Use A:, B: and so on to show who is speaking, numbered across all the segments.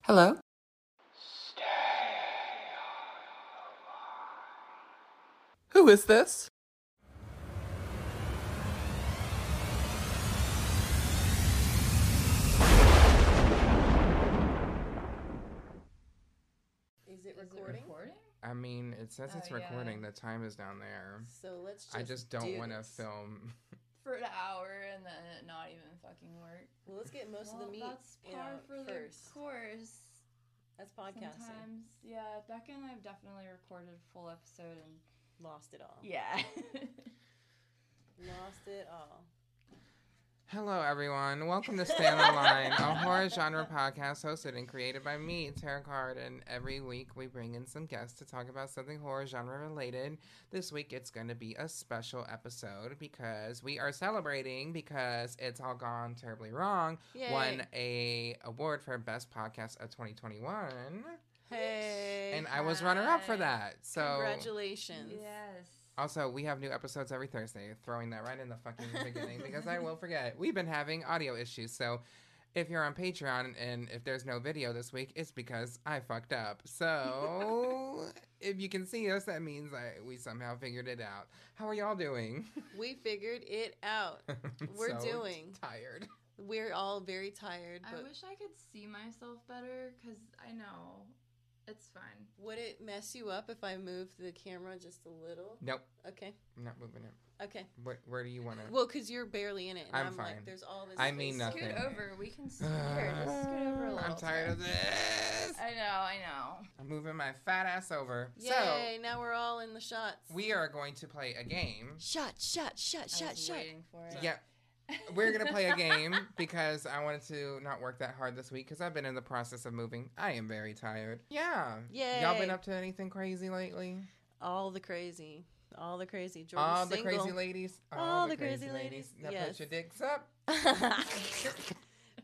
A: Hello? Who is this?
B: Is it recording?
C: I mean, it says it's
B: Oh, yeah.
C: recording. The time is down there.
B: So let's just.
C: I just don't
B: do
C: want to
B: this.
C: film.
D: for an hour and then it not even fucking work.
B: Well, let's get most of
D: Well,
B: Oh, the meat.
D: That's
B: in
D: par
B: our
D: for
B: first.
D: the course.
B: That's podcasting.
D: Sometimes, yeah, Becca and I've definitely recorded a full episode and
B: Lost it all.
D: yeah.
B: Lost it all.
C: Hello, everyone. Welcome to Stand on Line, a horror genre podcast hosted and created by me, Tara Card. And every week we bring in some guests to talk about something horror genre related. This week it's going to be a special episode because we are celebrating because it's all gone terribly wrong.
B: Yay.
C: Won a award for best podcast of 2021,
B: Hey.
C: and I was runner up for
D: Hi.
C: that. So
B: Congratulations.
D: yes.
C: Also, we have new episodes every Thursday. Throwing that right in the fucking beginning because I will forget. We've been having audio issues, so if you're on Patreon and if there's no video this week, it's because I fucked up. So if you can see us, that means I, we somehow figured it out. How are y'all doing?
B: We figured it out. We're
C: So
B: doing.
C: tired.
B: We're all very tired,
D: I
B: but
D: wish I could see myself better because I know it's fine.
B: would it mess you up if I moved the camera just a little?
C: Nope,
B: Okay.
C: I'm not moving it.
B: Okay.
C: Where, where do you want to?
B: Well, because you're barely in it, and
C: Uh, I'm
B: I'm, like,
C: fine.
B: there's all this.
C: I mean
B: space.
C: nothing.
D: Scoot over. We can scoot, here, just scoot over a little.
C: I'm tired of this.
D: I know. I know.
C: I'm moving my fat ass over. So
B: Yay! now we're all in the shots.
C: we are going to play a game.
B: Shut! Shut! Shut!
D: I
B: Shut!
D: was
B: Shut!
D: waiting for it.
C: Yeah. We're gonna play a game because I wanted to not work that hard this week because I've been in the process of moving. I am very tired. Yeah. Y'all been
B: Yay.
C: up to anything crazy lately?
B: All the crazy. All the crazy. Jordan's
C: All the
B: single.
C: crazy ladies.
B: All the crazy ladies,
C: Now
B: yes.
C: put your dicks up.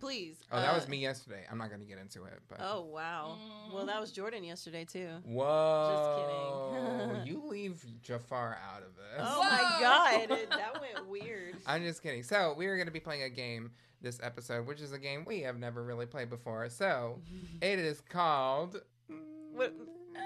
B: Please.
C: Oh, that was
B: uh,
C: me yesterday. I'm not gonna get into it, but
B: Oh wow. Well, that was Jordan yesterday too.
C: whoa.
B: kidding.
C: you leave Jafar out of this.
B: Oh
D: Whoa.
B: my god, it- that went weird.
C: I'm just kidding. So we are going to be playing a game this episode, which is a game we have never really played before. So it is called.
B: What-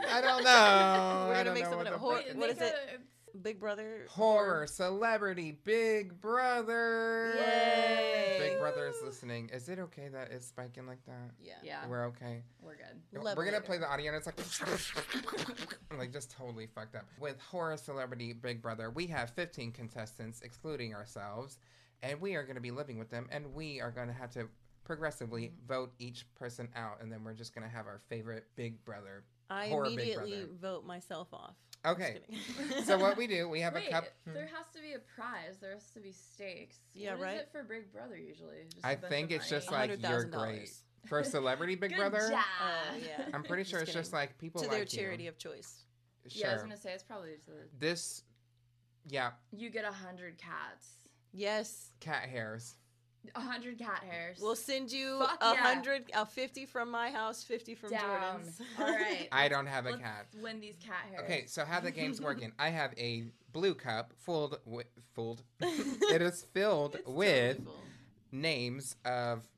C: I don't know. I
B: We're gonna
C: don't
B: make
C: know
B: something
C: what
B: up.
C: the
B: Hor-
C: fuck
B: what is
D: make
B: it?
D: a-
B: Big Brother
C: Horror celebrity Big Brother.
B: Yay.
C: Big Brother is listening. Is it okay that it's spiking like that?
B: Yeah.
D: Yeah,
C: We're okay.
D: we're good.
B: Love
C: We're gonna
B: it.
C: play the audio, and it's like, like just totally fucked up. With horror celebrity Big Brother, we have 15 contestants, excluding ourselves, and we are gonna be living with them, and we are gonna have to progressively vote each person out, and then we're just gonna have our favorite Big Brother.
B: I
C: Horror Big
B: immediately
C: Brother.
B: vote myself off.
C: Okay,
B: Just kidding.
C: so what we do, we have
D: Wait,
C: a cup.
D: there has to be a prize. There has to be stakes.
B: Yeah,
D: What is
B: right?
D: it for Big Brother usually? Just a
C: I
D: bunch
C: think
D: of
C: it's just
D: money?
C: like you're great
B: $100,000.
C: for celebrity Big
D: Good
C: Brother.
D: job.
B: Oh yeah.
C: I'm pretty
B: Just
C: sure it's
B: kidding.
C: just like people
B: to
C: like
B: their
C: you.
B: charity of choice.
C: Sure.
D: Yeah, I was gonna say it's probably just the,
C: This, yeah,
D: you get a hundred cats,
B: Yes.
C: cat hairs.
D: a hundred cat hairs.
B: We'll send you
D: Fuck
B: a
D: yeah.
B: hundred, a fifty from my house, fifty from
D: down.
B: Jordan's.
D: All right.
C: I don't have a
D: Let's
C: cat.
D: Win these cat hairs.
C: Okay, so how the game's working? I have a blue cup filled with filled. it is filled
B: It's
C: with
B: totally full.
C: names of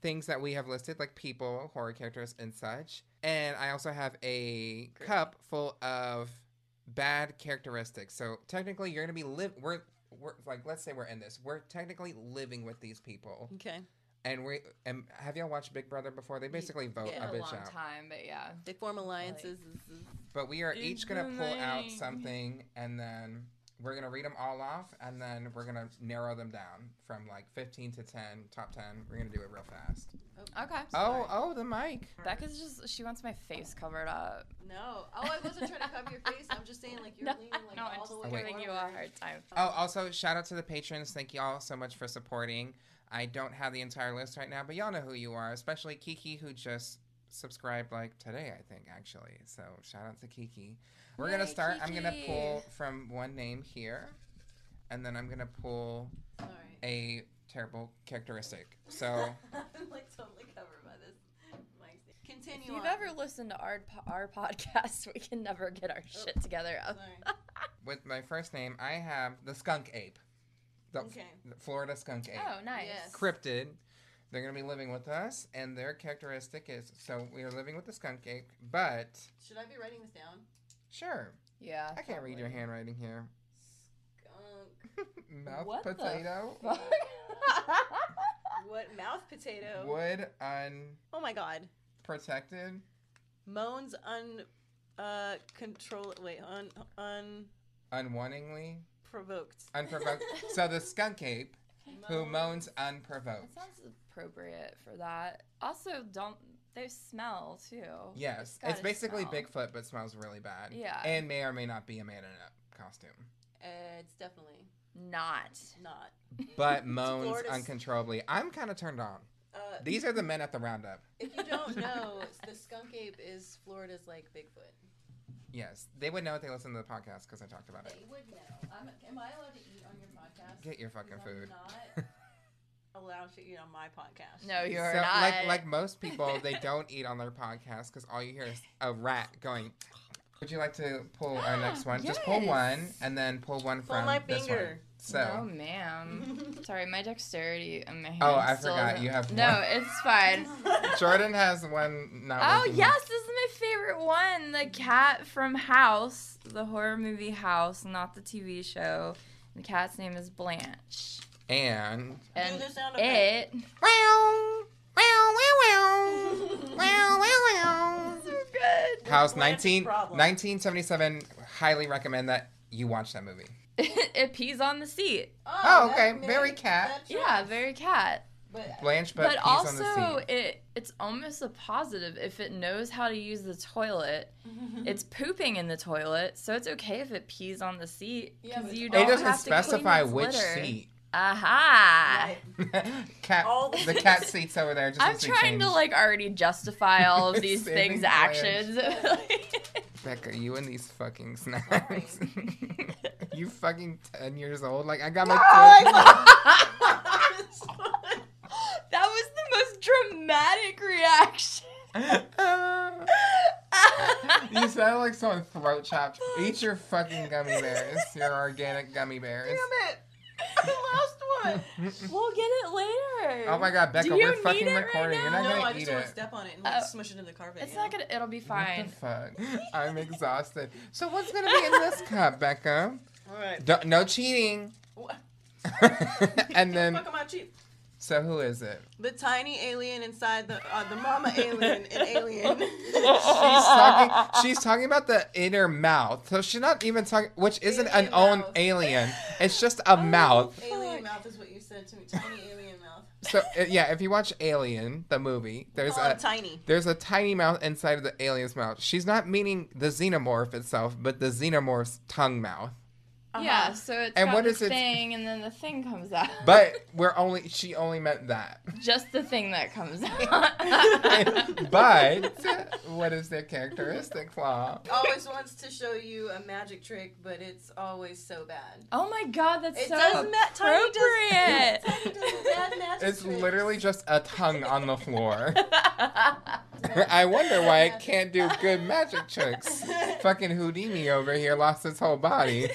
C: things that we have listed, like people, horror characters, and such. And I also have a cup full of bad characteristics. So technically, you're gonna be live. We're we're like, let's say we're in this. We're technically living with these people,
B: Okay.
C: and we and have y'all watched Big Brother before? They basically vote
B: yeah.
C: a
D: a long
C: bitch out.
D: time, but yeah.
B: They form alliances. This is-
C: But we are each gonna
D: It's
C: pull out
D: amazing.
C: something, and then we're gonna read them all off, and then we're gonna narrow them down from like 15 to 10, top 10. We're gonna do it real fast.
D: Okay.
C: Oh, oh, the mic.
D: Becca's just she wants my face covered up.
B: No. Oh, I wasn't trying to cover your face. I'm just saying, like, you're
D: No,
B: leaning like
D: no, I'm
B: all
D: just
B: the way
C: wait.
D: giving you a
B: forward.
D: hard time.
C: Oh, also shout out to the patrons. Thank you all so much for supporting. I don't have the entire list right now, but y'all know who you are, especially Kiki, who just subscribed like today, I think, actually. So shout out to Kiki. We're gonna
D: Yay,
C: start. I'm gonna
D: Kiki.
C: pull from one name here, and then I'm gonna pull
B: All
C: a terrible characteristic. So.
B: right. I'm like totally covered by this. Mike's Continue.
D: If you've
B: on.
D: ever listened to our po- our podcast, we can never get our
B: Oh.
D: shit together.
B: Sorry.
C: with my first name, I have the skunk ape. The f-
B: Okay.
C: the Florida skunk ape.
D: Oh, nice.
B: Yes.
C: Cryptid. They're going to be living with us, and their characteristic is so we are living with the skunk ape, but
B: Should I be writing this down?
C: sure.
E: Yeah.
C: I can't read your
E: probably.
C: handwriting here.
B: Skunk.
C: Mouth
E: What the
C: potato.
E: Fuck.
B: What mouth potato?
C: Wood
B: Oh my god.
C: unprotected.
B: Moans un uh control wait, un unprovoked.
C: Unwantingly. Unprovoked. so the skunk ape who moans
E: That
C: unprovoked.
E: sounds appropriate for that. Also, don't they smell too?
C: Yes,
E: Gotta
C: it's basically
E: smell.
C: Bigfoot, but smells really bad.
E: Yeah.
C: And may or may not be a man in a costume,
B: Uh, it's definitely
E: Not.
B: not.
C: but moans
B: Florida's-
C: uncontrollably. I'm kind of turned on.
B: Uh,
C: These are the men at the roundup.
B: if you don't know, the skunk ape is Florida's like Bigfoot.
C: Yes, they would know if they listened to the podcast because I talked about it.
B: They would know. I'm, am I allowed to eat on your podcast?
C: Get your fucking
B: 'Cause
C: food.
B: I'm not allowed to eat on my podcast.
E: No, you're
C: So,
E: not.
C: Like like most people, they don't eat on their podcast because all you hear is a rat going. Would you like to pull our next one? Just pull one
E: Yes.
C: and then pull one
B: Pull
C: from
B: my
C: this
B: finger.
C: one. So
E: No, ma'am. Sorry, my dexterity and my hand.
C: Oh, I
E: still
C: forgot,
E: isn't-
C: you have
E: No,
C: one.
E: it's fine.
C: Jordan has one. Not
E: Oh
C: working.
E: yes, this is my favorite one. The cat from House, the horror movie House, not the TV show. The cat's name is Blanche,
C: And
E: and
B: Do the sound effect.
E: it.
C: wow, wow, wow, wow, wow,
E: so good.
C: House
B: Blanche's
C: 19,
B: problem.
C: 1977. Highly recommend that you watch that movie.
E: it pees on the seat.
C: Oh,
B: that
C: okay.
B: made-
C: Very cat.
B: that
E: Yeah,
B: tracks.
E: very cat.
B: But
C: Blanche, but,
E: But,
C: pees
E: also,
C: on the seat.
E: it it's almost a positive if it knows how to use the toilet.
C: Mm-hmm.
E: it's pooping in the toilet, so it's okay if it pees on the seat
B: Yeah,
E: because
B: but
E: you
B: it
E: don't
C: It doesn't
E: have to clean
C: specify
E: its
C: which
E: litter.
C: seat.
E: Aha!
B: Right.
C: cat,
B: All the
C: the cat seats over there. Just
E: I'm
C: needs be
E: trying to
C: changed.
E: like already justify all of these
C: Saving
E: things
C: Blanche.
E: actions.
C: Becca, you and these fucking snacks. you fucking ten years old. Like I got my.
E: that was the most dramatic reaction.
C: foot- you sound like someone throat chopped. Eat your fucking gummy bears. Your organic gummy bears.
B: Damn it! The last one.
E: we'll get it later.
C: Oh my god, Becca,
E: Do you
C: we're fucking
E: need it right
C: recording. You're
E: now?
C: not
B: no, I
C: gonna
B: just
C: eat
B: don't
C: it.
B: wanna step on it and like
E: Oh.
B: smush it in the carpet.
E: It's
B: you know?
E: not gonna. It'll be
C: What
E: fine.
C: the fuck? I'm exhausted. So what's gonna be in this cup, Becca?
B: All right.
C: Don't- no cheating.
B: What?
C: and then,
B: Fuck am I cheap?
C: so who is it?
B: The tiny alien inside the uh, the mama alien and alien.
C: She's talking. She's talking about the inner mouth. So she's not even talking, which isn't an
B: Alien
C: own
B: mouth. Oh.
C: alien. It's just a mouth.
B: alien mouth is what you said to me. Tiny alien mouth.
C: So uh, yeah, if you watch Alien the movie, there's
B: Oh,
C: a
B: tiny.
C: there's a tiny mouth inside of the alien's mouth. She's not meaning the xenomorph itself, but the xenomorph's tongue mouth.
B: Uh-huh.
E: Yeah. So it's
C: And
E: got
C: what
E: the
C: is its-
E: thing, and then the thing comes out.
C: But we're only she only meant that.
E: just the thing that comes out.
C: but what is their characteristic flaw?
B: Always wants to show you a magic trick, but it's always so bad.
E: oh my god, that's
B: It
E: so
B: does ma- Tiny
E: appropriate.
B: does, tiny does bad magic
C: It's
B: tricks.
C: literally just a tongue on the floor. I wonder why it can't do good magic tricks. Fucking Houdini over here lost his whole body.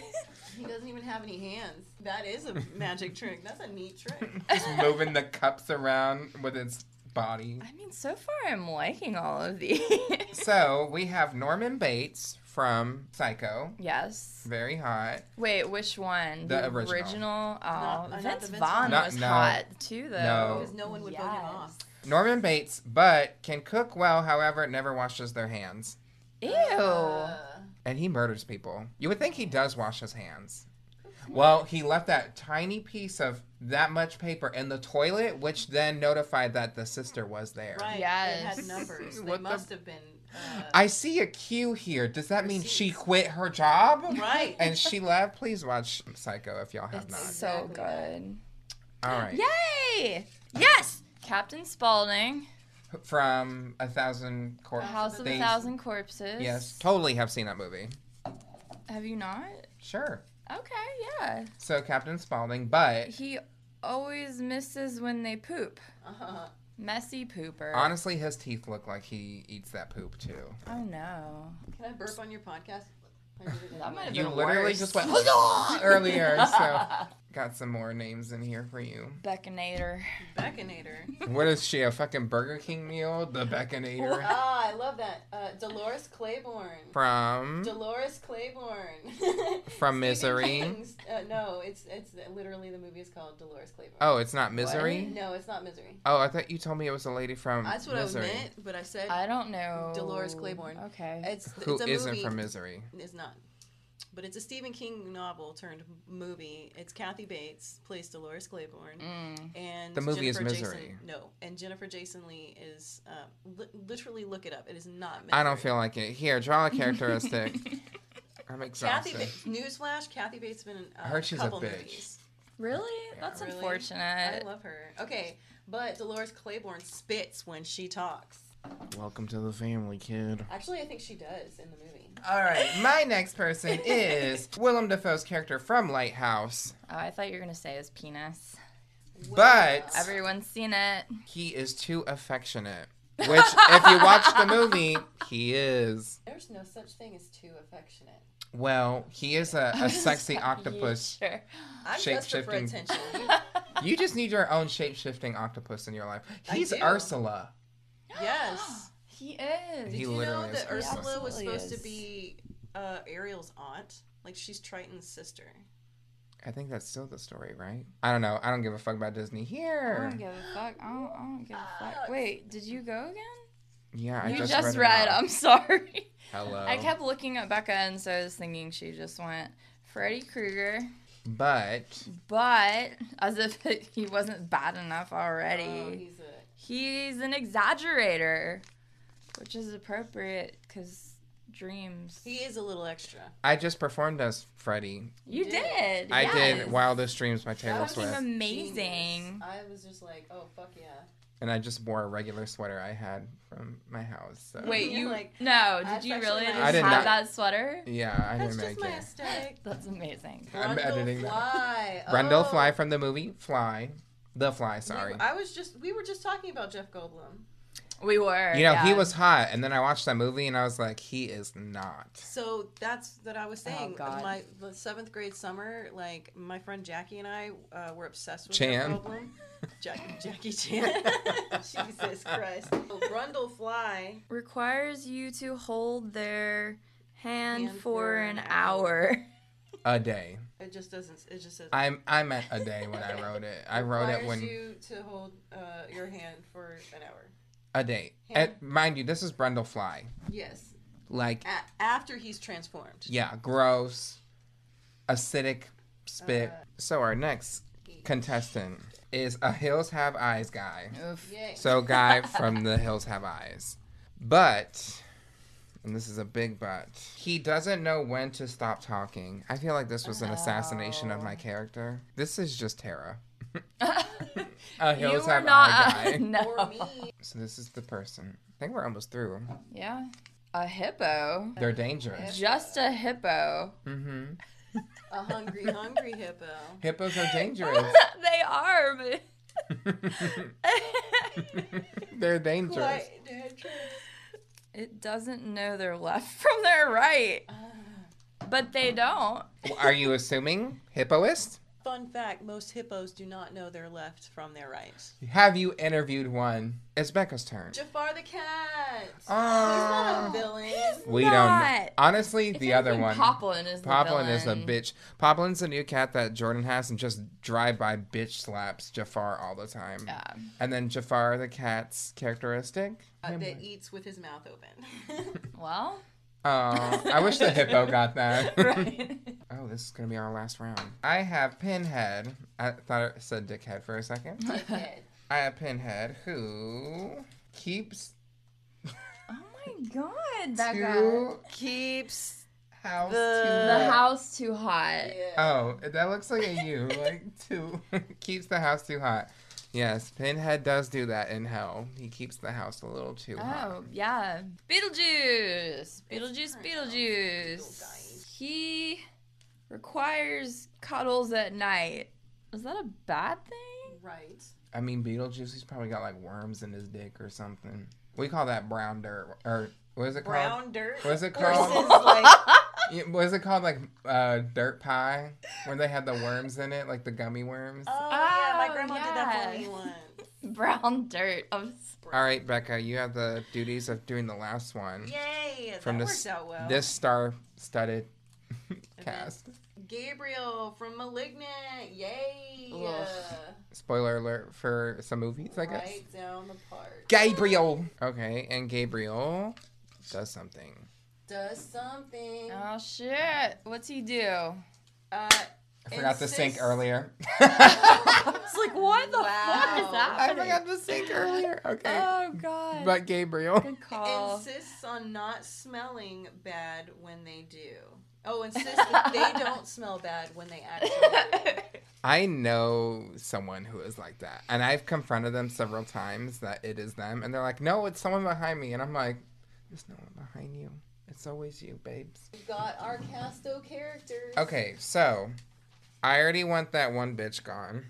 B: He doesn't even have any hands. That is a magic trick. That's a neat trick.
C: Just moving the cups around with its body.
E: I mean, so far I'm liking all of these.
C: So we have Norman Bates from Psycho.
E: yes.
C: Very hot.
E: Wait, which one?
C: The original.
E: original?
B: Not-
E: Oh,
B: uh, not
E: Vince
B: the Vince
E: Vaughn
B: one.
C: Not-
E: was
C: no.
E: hot too, though.
C: No.
B: Because no one would vote him off.
C: Norman Bates, but can cook well, however, never washes their hands.
E: Ew.
B: Uh,
C: And he murders people. You would think he does wash his hands. Well, he left that tiny piece of that much paper in the toilet, which then notified that the sister was there.
B: right.
E: Yes.
B: It had numbers. They
C: What the-
B: must have been. Uh,
C: I see a Q here. Does that mean she quit her job?
B: right.
C: And she left. Please watch Psycho if y'all have
E: it's
C: not.
E: so
B: Exactly that.
E: good.
C: All right.
E: Yay! Yes! Captain Spaulding,
C: From a thousand corpses.
E: House of a
C: Things-
E: Thousand Corpses.
C: Yes, totally have seen that movie.
E: Have you not?
C: Sure.
E: Okay, yeah.
C: So Captain Spaulding, but
E: He always misses when they poop.
B: Uh-huh.
E: Messy pooper.
C: honestly, his teeth look like he eats that poop too.
E: oh no.
B: Can I burp on your podcast? I did it
E: That might have
C: You
E: been
C: literally
E: worse.
C: just went earlier, so Got some more names in here for you.
E: Beckinator.
B: Baconator.
C: What is she? A fucking Burger King meal? The Baconator
B: ah, I love that. Uh, Dolores Claiborne.
C: from
B: Dolores Claiborne.
C: From Misery?
B: King's- Uh, no, it's it's literally the movie is called Dolores Claiborne.
C: Oh, it's not Misery.
B: No, it's not Misery.
C: Oh, I thought you told me it was a lady from
B: That's what
C: Misery.
B: I meant, but I said
E: I don't know.
B: Dolores Claiborne.
E: Okay.
B: it's
C: Who
B: it's a
C: isn't
B: movie.
C: from Misery?
B: It's not. But it's a Stephen King novel turned movie. It's Kathy Bates plays Dolores Claiborne,
E: Mm.
B: and
C: The movie is
B: Jennifer
C: Misery.
B: Jason, no, and Jennifer Jason Lee is uh, li- literally look it up. It is not. Misery.
C: I don't feel like it. Here, draw a characteristic. I'm
B: Kathy
C: exhausted.
B: Bates. Newsflash: Kathy Bates been in uh,
C: I heard she's a
B: couple
C: bitch.
B: movies.
E: Really? That's
B: Really? I
E: unfortunate.
B: love her. Okay, but Dolores Claiborne spits when she talks.
C: Welcome to the family, kid.
B: Actually, I think she does in the movie.
C: All right, my next person is Willem Dafoe's character from Lighthouse,
E: Oh, I thought you were gonna say his penis.
C: But-
B: Well,
E: Everyone's seen it.
C: he is too affectionate. Which, if you watch the movie, he is.
B: there's no such thing as too affectionate.
C: Well, he is a, a sexy octopus.
E: Sure.
B: I'm just here for
C: Shape-shifting.
B: attention.
C: You just need your own shape shifting octopus in your life.
B: I
C: He's
B: do.
C: Ursula.
B: yes.
E: He is.
B: Did
C: He
B: you know
C: literally is
B: that
C: Ursula.
B: Ursula was
E: Absolutely
B: supposed
E: is.
B: to be uh, Ariel's aunt? Like she's Triton's sister.
C: I think that's still the story, right? I don't know. I don't give a fuck about Disney.
E: I
C: Here.
E: don't give a fuck. I don't, I don't give a fuck. Wait, did you go again?
C: Yeah, I
E: you
C: just, read,
E: just,
C: it
E: read.
C: out. Oh.
E: I'm sorry.
C: Hello.
E: I kept looking at Becca, and so I was thinking she just went Freddy Krueger,
C: But
E: but as if he wasn't bad enough already.
B: Oh, he's a
E: He's an exaggerator, which is appropriate because dreams.
B: he is a little extra.
C: I just performed as Freddy.
E: you
B: did.
E: did.
C: I
E: yes.
C: did Wildest Dreams by
E: That
C: Taylor
E: was
C: Swift.
E: amazing.
B: Genius. I was just like, oh fuck yeah.
C: and I just wore a regular sweater I had from my house. So.
E: Wait,
B: You're
E: you
B: like,
E: no? Did
B: that's
E: you
B: actually
E: really
B: my-
E: just
C: I
E: have
C: did not-
E: that sweater?
C: Yeah, I
B: That's
C: didn't make
B: just my
C: it.
B: aesthetic.
E: That's amazing.
C: I'm
B: Rundle
C: editing that.
B: Fly.
C: Brundle
B: Oh.
C: Fly from the movie Fly. The Fly, sorry.
B: We- I was just we were just talking about Jeff Goldblum.
E: We were.
C: you know, he
E: yeah.
C: was hot. And then I watched that movie and I was like, he is not.
B: So that's that I was
E: Oh,
B: saying.
E: God.
B: My the seventh grade summer, like my friend Jackie and I uh, were obsessed with
C: Chan.
B: Jeff Goldblum. Jack, Jackie Chan. Jesus Christ. Brundle Fly.
E: requires you to hold their hand,
B: Hand
E: for an hour.
C: A day.
B: It just doesn't. It just doesn't.
C: I'm, I meant a day when I wrote it. I wrote it
B: requires
C: when.
B: you to hold uh, your hand for an hour.
C: A day.
B: Hand.
C: And mind you, this is Brundle Fly.
B: Yes.
C: Like,
B: A- after he's transformed.
C: yeah, gross, acidic spit.
B: Uh.
C: so our next contestant is a Hills Have Eyes guy.
E: Oof.
B: Yay.
C: So guy from the Hills Have Eyes. But and this is a big but. He doesn't know when to stop talking. I feel like this was an assassination of my character. This is just Tara. A
E: you
C: Hills
E: were
C: Have
E: not.
C: Eye guy.
B: or
E: no.
B: me.
C: So this is the person. I think we're almost through.
E: Yeah. A hippo.
C: They're dangerous.
E: Just a hippo.
C: Mm-hmm.
B: A hungry, hungry hippo.
C: Hippos are dangerous.
E: they are, but.
C: They're dangerous.
B: Quite dangerous.
E: it doesn't know their left from their right, but they don't.
C: Are you assuming hippoist?
B: Fun fact most hippos do not know their left from their right.
C: Have you interviewed one? It's Becca's turn.
B: Jafar the cat!
C: Ah.
B: He's not a
C: Oh,
B: villain.
C: we don't.
E: not.
C: Honestly,
E: If
C: the other
E: anything,
C: one.
E: Poplin is the
C: Poplin is a
E: villain.
C: bitch. Poplin's the new cat that Jordan has and just drive by bitch slaps Jafar all the time.
E: Yeah.
C: And then Jafar the cat's characteristic.
B: Uh, that eats with his mouth open.
E: Well,
C: Oh, I wish the hippo got that.
E: right.
C: Oh, this is gonna be our last round. I have Pinhead. I thought it said dickhead for a second.
B: Dickhead.
C: I have Pinhead who keeps
E: oh my god, that guy.
C: two
B: Keeps
C: house
B: The-
E: The house too hot.
C: too. Oh, that looks like a U. like two keeps the house too hot. Yes, Pinhead does do that in Hell. He keeps the house a little too hot.
E: Oh yeah, Beetlejuice,
B: pronounced
E: Beetlejuice, Beetlejuice.
B: Beetlejuice.
E: He requires cuddles at night. Is that a bad thing?
B: Right.
C: I mean, Beetlejuice. He's probably got like worms in his dick or something. We call that brown dirt or what is it called?
B: Brown dirt.
C: What is it
B: Versus
C: called?
B: like oh,
C: Yeah, was it called like uh, dirt pie, where they had the worms in it, like the gummy worms?
B: Oh, yeah,
C: Ah,
B: my
E: Oh,
B: grandma did that for me
E: yes.
B: once.
E: Brown dirt. Oh, I'm s-
C: All right, Becca, you have the duties of doing the last one
B: Yay!
C: From
B: that
C: this-
B: worked out well.
C: this star-studded cast.
B: Gabriel from Malignant. Yay!
E: Ugh.
C: Spoiler alert for some movies, I guess.
B: right down the park.
C: Gabriel. Okay, and Gabriel does something.
B: Does something.
C: Ah.
E: Oh shit! What's he do?
B: Uh,
C: I forgot to sync
B: Insists-
C: earlier.
E: It's like what the fuck is
B: Wow.
E: that?
C: I forgot to sync earlier. Okay.
E: Oh god.
C: but Gabriel.
E: Good call.
B: Insists on not smelling bad when they do. Oh, insists that they don't smell bad when they actually. do.
C: I know someone who is like that. And I've confronted them several times that it is them. And they're like, no, it's someone behind me. And I'm like, there's no one behind you. It's always you, babes.
B: We've got our casto characters.
C: Okay, so I already want that one bitch gone.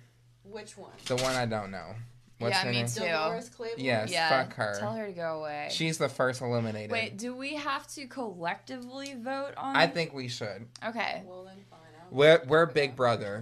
B: Which one?
C: The one I don't know. What's
E: Yeah,
C: her
E: me
C: name?
E: too.
B: Dolores Claiborne.
C: Yes,
E: yeah.
C: fuck her.
E: Tell her to go away.
C: She's the first eliminated.
E: Wait, do we have to collectively vote on?
C: I think we should.
E: Okay.
B: Well then, fine. I'll-
C: We're we're Big Brother.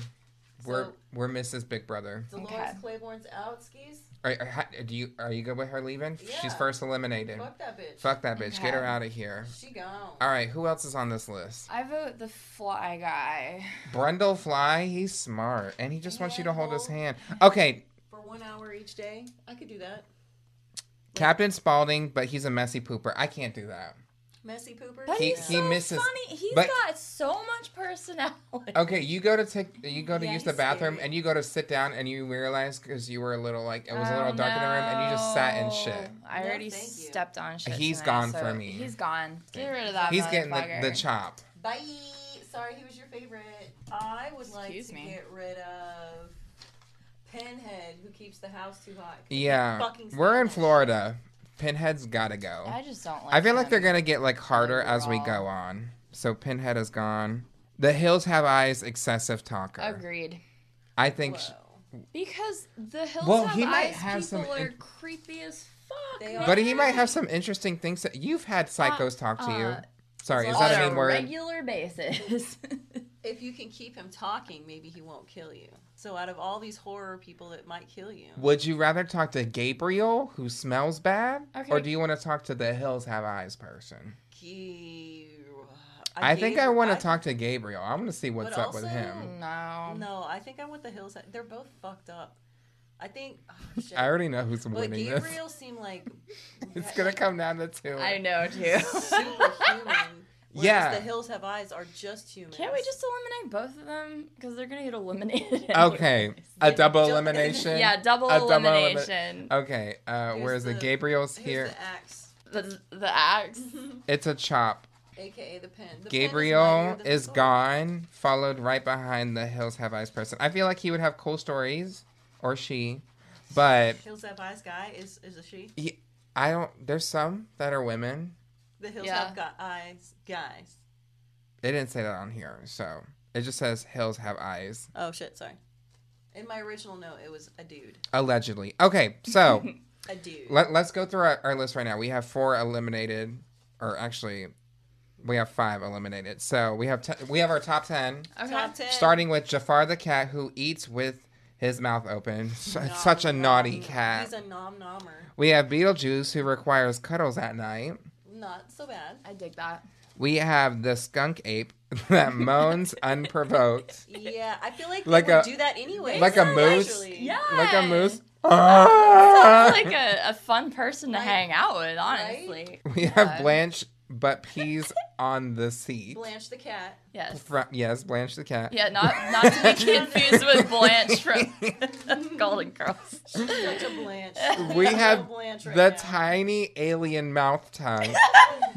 C: We're
B: So-
C: we're Mrs. Big Brother.
B: Dolores
E: Okay.
B: Claiborne's out skis.
C: Are, are- ha- do you are you good with her leaving? She's
B: Yeah.
C: first eliminated. Fuck,
B: Fuck that
C: that
B: bitch.
C: bitch. Get her
E: Okay.
C: out of here.
B: She gone.
C: All right, who else is on this list?
E: I vote the fly guy.
C: Brundle Fly. He's smart, and he just wants you to hold his
B: Handhold.
C: hand. Okay,
B: For one hour each day, I could do that.
C: Captain Spaulding, but he's a messy pooper. I can't do that.
B: Messy pooper.
E: But
C: He-
E: he's
C: he
E: so
C: misses-
E: funny. He's
C: but-
E: got so much personality.
C: Okay, you go to take, you go to
B: Yeah,
C: use the
B: he's
C: bathroom,
B: scary.
C: and you go to sit down, and you realize because you were a little like it was a little
E: Oh,
C: dark in the room, and you just sat and shit.
E: no. Oh, I
B: No,
E: already
B: thank you.
E: stepped on shit.
C: He's
E: tonight,
C: gone
E: so
C: for me.
E: He's gone. Get rid
B: Oh,
E: of that.
C: He's getting
E: motherfucker.
C: the, the chop.
B: Bye. Sorry, he was your favorite. I would like
E: Excuse
B: to
E: me.
B: get rid of Pinhead, who keeps the house too hot.
C: Yeah,
B: Fucking
C: we're in
B: Spanish.
C: Florida. Pinhead's gotta go.
E: I just don't like.
C: I feel like
E: him.
C: they're gonna get like harder as we
E: Overall.
C: go on. So Pinhead is gone. The Hills Have Eyes, excessive talker.
E: Agreed.
C: I think sh
B: Whoa.
E: Because the hills
C: Well,
E: have
C: he might
E: eyes
C: have some
E: people are
C: in-
E: creepy as fuck.
B: They
E: man.
B: are.
C: but he might have some interesting things. That, you've had psychos talk to you.
E: uh,
C: Sorry, is
B: as
C: that
B: long
C: a
B: as
C: mean
E: on a
C: word?
E: regular basis.
B: If you can keep him talking, maybe he won't kill you. So, out of all these horror people that might kill you,
C: Would you rather talk to Gabriel, who smells bad, or
E: Okay.
C: do you want to talk to the Hills Have Eyes person?
B: Ki-
C: I, think I
B: gave-
C: want to talk to Gabriel. I want to see what's
B: But
C: up with
B: also-
C: him.
E: no.
B: No, I think I want the hills. They're both fucked up. I think. Oh, shit.
C: I already know who's
B: but
C: winning this.
B: Gabriel seemed like
C: It's gonna come down to two.
E: I know too.
B: superhuman. Whereas
C: Yeah.
B: the hills have eyes are just human.
E: Can't we just eliminate both of them? Because they're gonna get eliminated.
C: Okay,
E: anyways.
C: a double
B: Ju-
C: elimination.
E: Yeah, double
C: A double elimi-
E: elimination.
C: Okay, uh,
B: Here's
C: where's the,
B: the-
C: Gabriel's
B: Here's
C: here?
B: the axe,
E: the, the axe.
C: it's a chop.
B: aka the pen. The pen is
C: Gabriel
B: mightier than the
C: is
B: sword.
C: gone, followed right behind the Hills Have Eyes person. I feel like he would have cool stories, or she, but
B: Hills have eyes guy is is a she.
C: I don't. There's some that are women.
B: The hills
E: Yeah.
B: have got eyes guys.
C: They didn't say that on here, so it just says Hills Have Eyes,
B: Oh shit, sorry. In my original note, it was a dude.
C: allegedly. Okay, so
B: A dude.
C: let, let's go through our, our list right now. We have four eliminated, or actually, we have five eliminated. So we have te- we have our top ten.
E: Okay.
B: Top ten.
C: Starting with Jafar the cat who eats with his mouth open. S-
B: Nom,
C: Such a
B: nom,
C: naughty
B: nom.
C: cat.
B: He's a nom nommer.
C: we have Beetlejuice who requires cuddles at night.
B: Not so bad.
E: I dig that.
C: We have the skunk ape that moans unprovoked
B: Yeah, I feel like
C: Like
B: they
C: a-
B: would do that anyway.
C: like a moose?
B: actually.
E: Yeah.
C: like a moose.
E: Sounds like a, a fun person to
B: Right.
E: hang out with,
B: Right?
E: honestly.
C: we have Blanche but peas on the seat.
B: Blanche the cat.
E: Yes.
C: Fro- yes, Blanche the cat.
E: Yeah, not not to be confused with Blanche from Golden Girls.
B: She's such a Blanche.
C: We
B: Such a
C: have
B: Blanche right
C: The
B: now.
C: tiny alien mouth tongue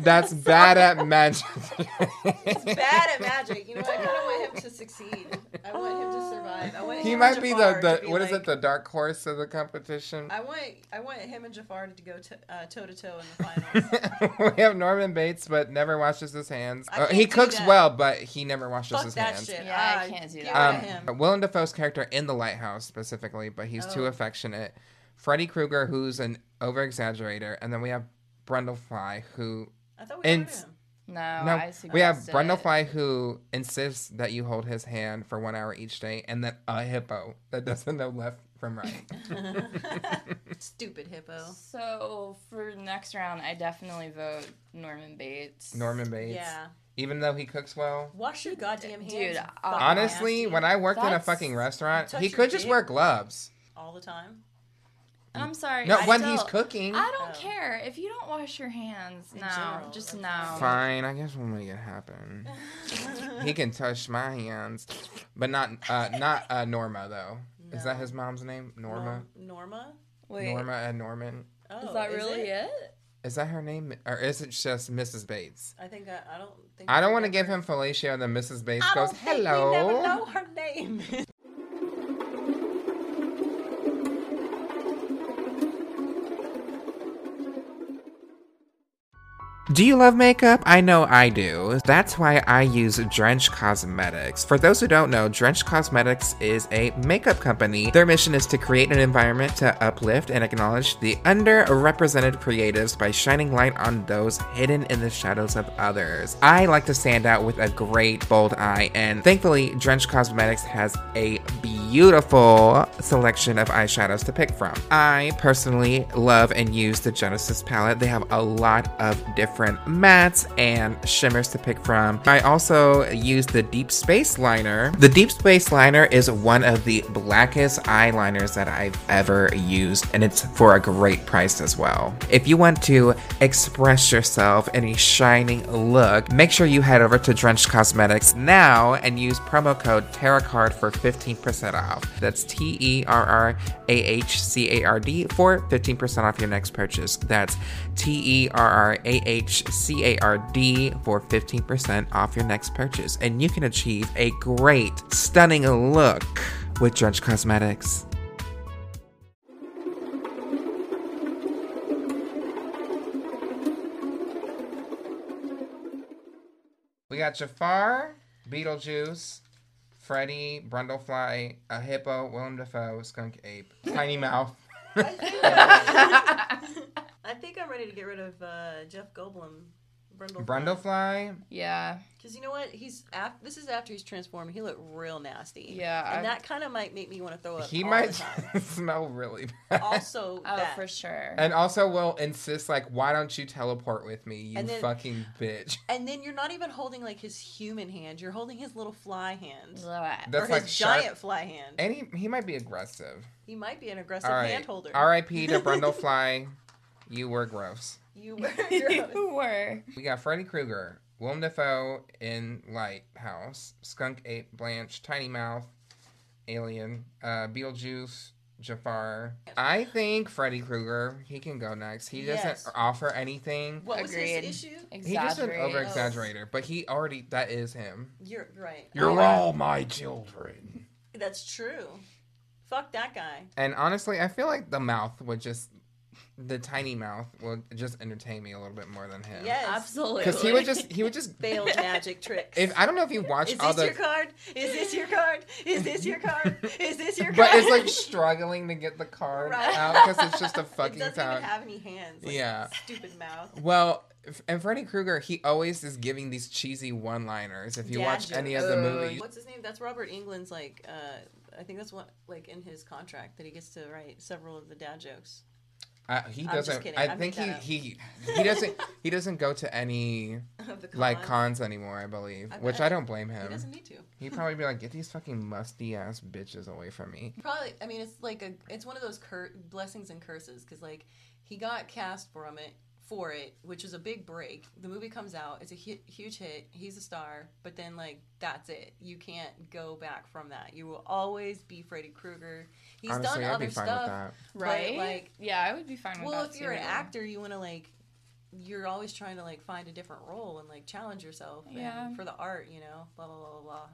C: that's bad at magic.
B: bad at magic. You know, I kind of want him to succeed. I want him to survive. I want him
C: He
B: and
C: might be the,
B: Jafar
C: the
B: to
C: what is
B: like- Uh,
C: it the dark horse of the competition?
B: I want I want him and Jafar to go to- uh, toe to toe in the finals.
C: we have Norman Bates, but never washes his hands.
B: I
C: Uh,
B: can't
C: he
B: do
C: cooks
B: that.
C: well, but he never washes
B: Fuck
C: his
B: that
C: hands.
B: shit.
E: Yeah, I
B: Ah,
E: can't do
B: get
E: that.
B: rid
C: Um,
B: of him.
C: but Willem Dafoe's character in The Lighthouse specifically, but he's too
B: Oh.
C: affectionate. Freddy Krueger, who's an over exaggerator, and then we have Brundle Fly, who
B: I thought we got rid
C: and-
B: of him.
E: No,
C: no,
E: I
C: we have
E: suggested it.
C: Brundlefly who insists that you hold his hand for one hour each day, and then a hippo that doesn't know left from right.
B: Stupid hippo.
E: So for next round, I definitely vote Norman Bates.
C: Norman Bates,
B: Yeah.
C: even though he cooks well.
B: Wash your goddamn hands.
E: Dude,
B: you
E: uh,
B: fucking
C: Honestly,
B: nasty.
C: when I worked in a
E: That's-
C: fucking restaurant,
B: Touch
C: he
B: your
C: could just
B: dick.
C: wear gloves.
B: all the time.
E: And I'm sorry.
C: No,
E: I
C: when
E: still,
C: he's cooking.
E: I don't
B: Oh.
E: care if you don't wash your hands.
B: In
E: No,
B: general,
E: just
B: that's
E: no.
B: fine.
C: Fine, I guess we'll make it happen. He can touch my hands, but not uh, not uh, Norma though. Is that
B: No.
C: his mom's name? Norma.
B: Norm- Norma.
E: Wait,
C: Norma and Norman.
B: Oh,
E: is that really
B: it?
E: it?
C: Is that her name, or is it just Mrs. Bates?
B: I think I, I don't think
C: I
B: we
C: don't want to
B: ever-
C: give him fellatio, and then Mrs. Bates
B: I
C: goes,
B: don't think
C: "Hello."
B: We never know her name.
C: Do you love makeup? I know I do. That's why I use Drench Cosmetics. For those who don't know, Drench Cosmetics is a makeup company. Their mission is to create an environment to uplift and acknowledge the underrepresented creatives by shining light on those hidden in the shadows of others. I like to stand out with a great bold eye, and thankfully, Drench Cosmetics has a beautiful selection of eyeshadows to pick from. I personally love and use the Genesis palette. They have a lot of different mattes and shimmers to pick from. I also use the Deep Space Liner. The Deep Space Liner is one of the blackest eyeliners that I've ever used, and it's for a great price as well. If you want to express yourself in a shining look, make sure you head over to Drench Cosmetics now and use promo code TerraCard for 15% off. That's T E R R A H C A R D for 15% off your next purchase. That's T E R R A H C A R D for 15% off your next purchase. And you can achieve a great, stunning look with Drench Cosmetics. We got Jafar, Beetlejuice, Freddy, Brundlefly, a hippo, Willem Dafoe, skunk ape, tiny mouth.
B: I think I'm ready to get rid of uh, Jeff Goldblum. Brundle.
C: Brundlefly,
E: Yeah.
B: Because you know what? He's af- this is after he's transformed. He looked real nasty.
E: Yeah,
B: And
E: I-
B: that kind of might make me want to throw up.
C: he
B: all
C: might
B: The time.
C: smell really bad.
B: also
E: Oh,
B: that.
E: for sure.
C: and also will insist like, why don't you teleport with me, you
B: And then-
C: fucking bitch.
B: And then you're not even holding like his human hand. You're holding his little fly hand.
E: Blah.
C: That's
B: or his
C: like sharp.
B: giant fly hand.
C: And he, he might be aggressive.
B: He might be an aggressive
C: All right.
B: hand holder.
C: R.I.P. to Brundlefly. you were gross.
B: You were.
E: You were.
C: We got Freddy Krueger, Willem Dafoe in Lighthouse, Skunk Ape Blanche, Tiny Mouth, Alien, uh, Beetlejuice, Jafar. I think Freddy Krueger, he can go next. He doesn't
B: Yes.
C: offer anything.
B: What was
E: Agreed.
B: his issue?
C: He just an
E: Exaggerate.
C: over exaggerator, but he already, that is him.
B: You're right.
F: You're all my children.
B: That's true. Fuck that guy.
C: And honestly, I feel like the mouth would just, the tiny mouth would just entertain me a little bit more than him.
B: Yes.
E: Oh, Absolutely.
C: Because he would just, he would just,
B: Failed magic tricks.
C: if, I don't know if you watch
B: Is
C: all
B: this
C: the.
B: your card? Is this your card? Is this your card? Is this your card?
C: But it's like struggling to get the card
B: Right.
C: out because it's just a
B: it
C: fucking
B: doesn't
C: town.
B: even have any hands. Like,
C: Yeah.
B: Stupid mouth.
C: well, f- and Freddy Krueger, he always is giving these cheesy one-liners. If you
B: Dad
C: watch any of the
E: jokes.
C: movies,
B: Uh, What's his name? That's Robert England's like. uh I think that's what like in his contract that he gets to write several of the dad jokes.
C: uh, he
B: I'm just
C: doesn't.
B: kidding. I
C: I
B: made
C: think he,
B: that up.
C: he he doesn't he doesn't go to any
B: Of the
C: like
B: con.
C: cons anymore. I believe,
B: I
C: which
B: bet.
C: I don't blame
B: He
C: him.
B: doesn't need to.
C: He'd probably be like, "Get these fucking musty ass bitches away from me."
B: Probably. I mean, it's like a. It's one of those cur- blessings and curses because like he got cast from it for it, which was a big break. The movie comes out. It's a hu- huge hit. He's a star, but then like that's it. You can't go back from that. You will always be Freddy Krueger. He's
C: Honestly,
B: done
C: I'd
B: other
C: be fine
B: stuff,
C: with that.
B: but,
E: right?
B: like,
E: yeah, I would be fine with that.
B: well, if you're an
E: too.
B: actor, you want to like. You're always trying to like find a different role and like challenge yourself. and
E: Yeah.
B: for the art, you know, blah blah blah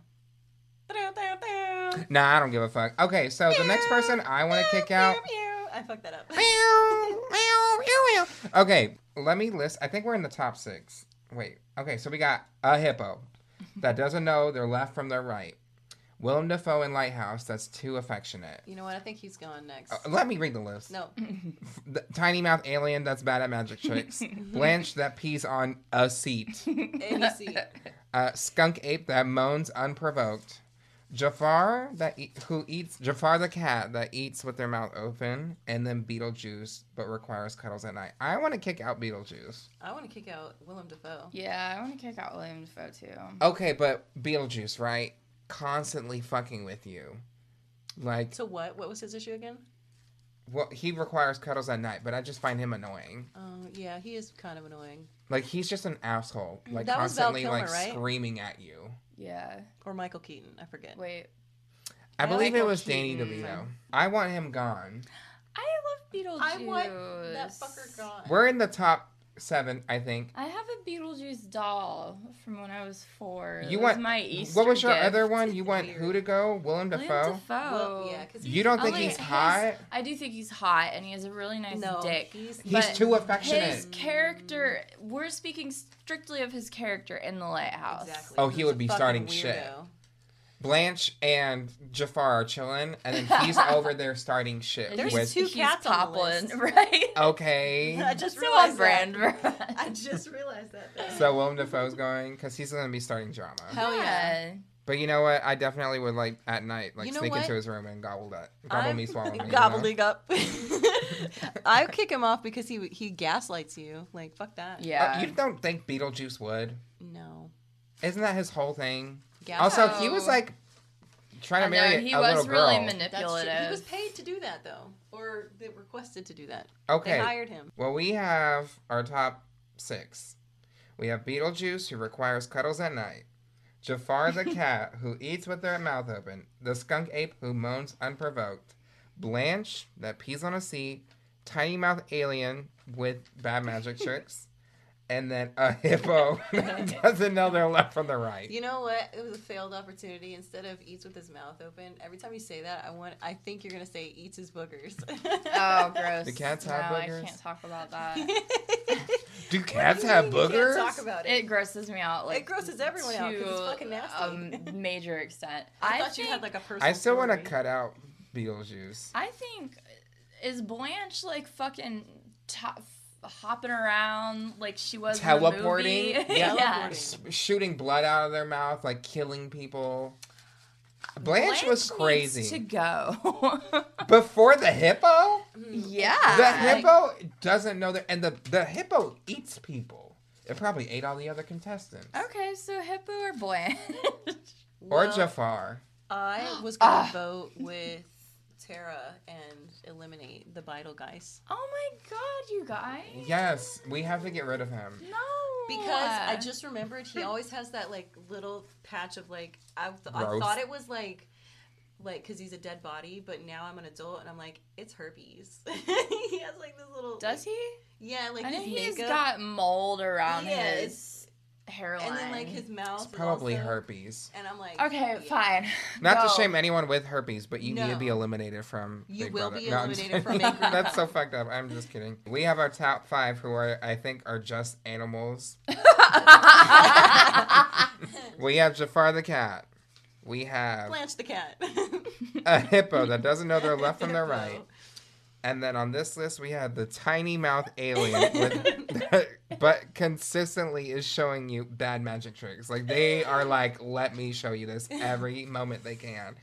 B: blah. blah.
C: Nah, I don't give a fuck. Okay, so the next person I want to kick out
B: I fucked that up.
C: Okay, let me list. I think we're in the top six. Wait. Okay, so we got a hippo that doesn't know their left from their right. Willem Dafoe in Lighthouse. That's too affectionate.
B: You know what? I think he's gone next.
C: Uh, let me read the list.
B: No,
C: The tiny mouth alien that's bad at magic tricks. Blanche that pees on a seat.
B: ABC.
C: Uh, skunk ape that moans unprovoked. Jafar that e- who eats Jafar the cat that eats with their mouth open, and then Beetlejuice but requires cuddles at night. I want to kick out Beetlejuice.
B: I want to kick out Willem Dafoe.
E: Yeah, I want to kick out William Defoe too.
C: Okay, but Beetlejuice, right? Constantly fucking with you. Like,
B: So what? What was his issue again?
C: well, he requires cuddles at night, but I just find him annoying.
B: Um, yeah, he is kind of annoying.
C: Like, he's just an asshole. Like,
B: Mm, That was Val
C: constantly
B: Kilmer,
C: like
B: right?
C: screaming at you.
E: Yeah.
B: Or Michael Keaton. I forget.
E: Wait.
C: I
E: I
C: believe
E: like
C: it
E: how
C: was Danny
E: cute.
C: DeVito. I want him gone.
E: I love Beetlejuice.
B: I want that fucker gone.
C: We're in the top seven, I think.
E: I have a Beetlejuice doll from when I was four.
C: You
E: It
C: want-
E: was my Easter
C: what was your
E: gift.
C: other one? You want
B: Weird.
C: who to go? Willem
E: William
C: Dafoe.
E: Dafoe.
B: Well, yeah, because
C: You don't think
E: Only
C: he's
E: his-
C: hot?
E: I do think he's hot, and he has a really nice
B: no,
E: dick.
B: He's,
C: He's
E: but
C: too affectionate.
E: His character. We're speaking strictly of his character in the lighthouse.
B: exactly.
C: Oh, he
B: He's
C: would
B: a
C: be
B: fucking
C: starting shit.
B: weirdo.
C: Blanche and Jafar are chilling, and then he's over there starting shit
E: There's
C: with.
B: two cats on the list.
E: right?
C: Okay.
B: I just
E: so
B: realized
E: on brand.
B: that.
E: for us.
B: I just realized that. though.
C: So Willem Dafoe's going because he's gonna be starting drama.
B: Hell yeah.
C: But you know what? I definitely would like at night, like
B: You know
C: sneak
B: what?
C: into his room and gobble that, gobble
B: I'm
C: me, swallow me. you know?
B: gobbling up. I would kick him off because he he gaslights you. Like fuck that.
E: Yeah.
C: Uh, you don't think Beetlejuice would?
B: No.
C: Isn't that his whole thing?
B: Gaslight.
C: Also, he was
E: No.
C: like trying
E: I
C: to
E: know,
C: marry
E: he
C: a
E: was
C: little
E: really
C: girl.
B: That's true.
E: manipulative.
B: He was paid to do that though, or they requested to do that.
C: okay.
B: They hired him.
C: Well, we have our top six. We have Beetlejuice, who requires cuddles at night. Jafar the cat, who eats with their mouth open. The skunk ape, who moans unprovoked. Blanche, that pees on a seat. Tiny mouth alien with bad magic tricks. And then a hippo that doesn't know their left from the right.
B: You know what? It was a failed opportunity. Instead of eats with his mouth open, every time you say that, I want. I think you're gonna say eats his boogers.
E: Oh, gross.
C: Do cats
E: no,
C: have
E: I
C: boogers?
E: can't talk about that.
B: That's
F: Do cats have boogers?
B: Can't talk about it.
E: It grosses me out. Like
B: grosses everyone out 'cause it's
E: to
B: fucking nasty.
E: a major extent.
B: I, thought
E: think,
B: you had like a personal.
C: I still want to
B: story.
C: cut out Beetlejuice.
E: I think uh, is Blanche like fucking top, hopping around like she was in the movie?
C: Teleporting? Yeah.
E: yeah.
B: Teleporting.
C: S- shooting blood out of their mouth, like killing people. Blanche, was
E: needs
C: crazy.
E: to go.
C: Before the hippo?
B: Mm-hmm.
E: yeah.
C: The hippo doesn't know that, and the the hippo eats people. It probably ate all the other contestants
E: Okay, so hippo or Blanche?
C: or
B: Well,
C: Jafar.
B: I was gonna
E: Ah.
B: vote with Tara and eliminate the Beidle guys
E: oh my god, you guys.
C: Yes, we have to get rid of him.
E: No.
B: because I just remembered he always has that like little patch of like I, th- I
C: Growth.
B: thought it was like. Like, cause he's a dead body, but now I'm an adult, and I'm like, it's herpes. he has like this little.
E: does he?
B: Yeah, like
E: I know
B: his
E: he's
B: makeup.
E: got mold around
B: Yeah,
E: his hairline.
B: and then like his mouth.
C: It's
B: is
C: probably
B: also-
C: herpes.
B: And I'm like,
E: Okay,
B: yeah.
E: fine.
C: Not to
E: Go.
C: shame anyone with herpes, but you need to
B: No.
C: be eliminated from.
B: You
C: Big
B: will
C: Brother.
B: be
C: No, I'm
B: eliminated from
C: kidding.
B: Big Brother.
C: That's so fucked up. I'm just kidding. We have our top five, who are I think are just animals. We have Jafar the cat. We have
B: Blanche the cat.
C: a hippo that doesn't know their left from their
B: Hippo.
C: right. And then on this list, we had the tiny mouth alien, with, but consistently is showing you bad magic tricks. Like they are like, let me show you this every moment they can.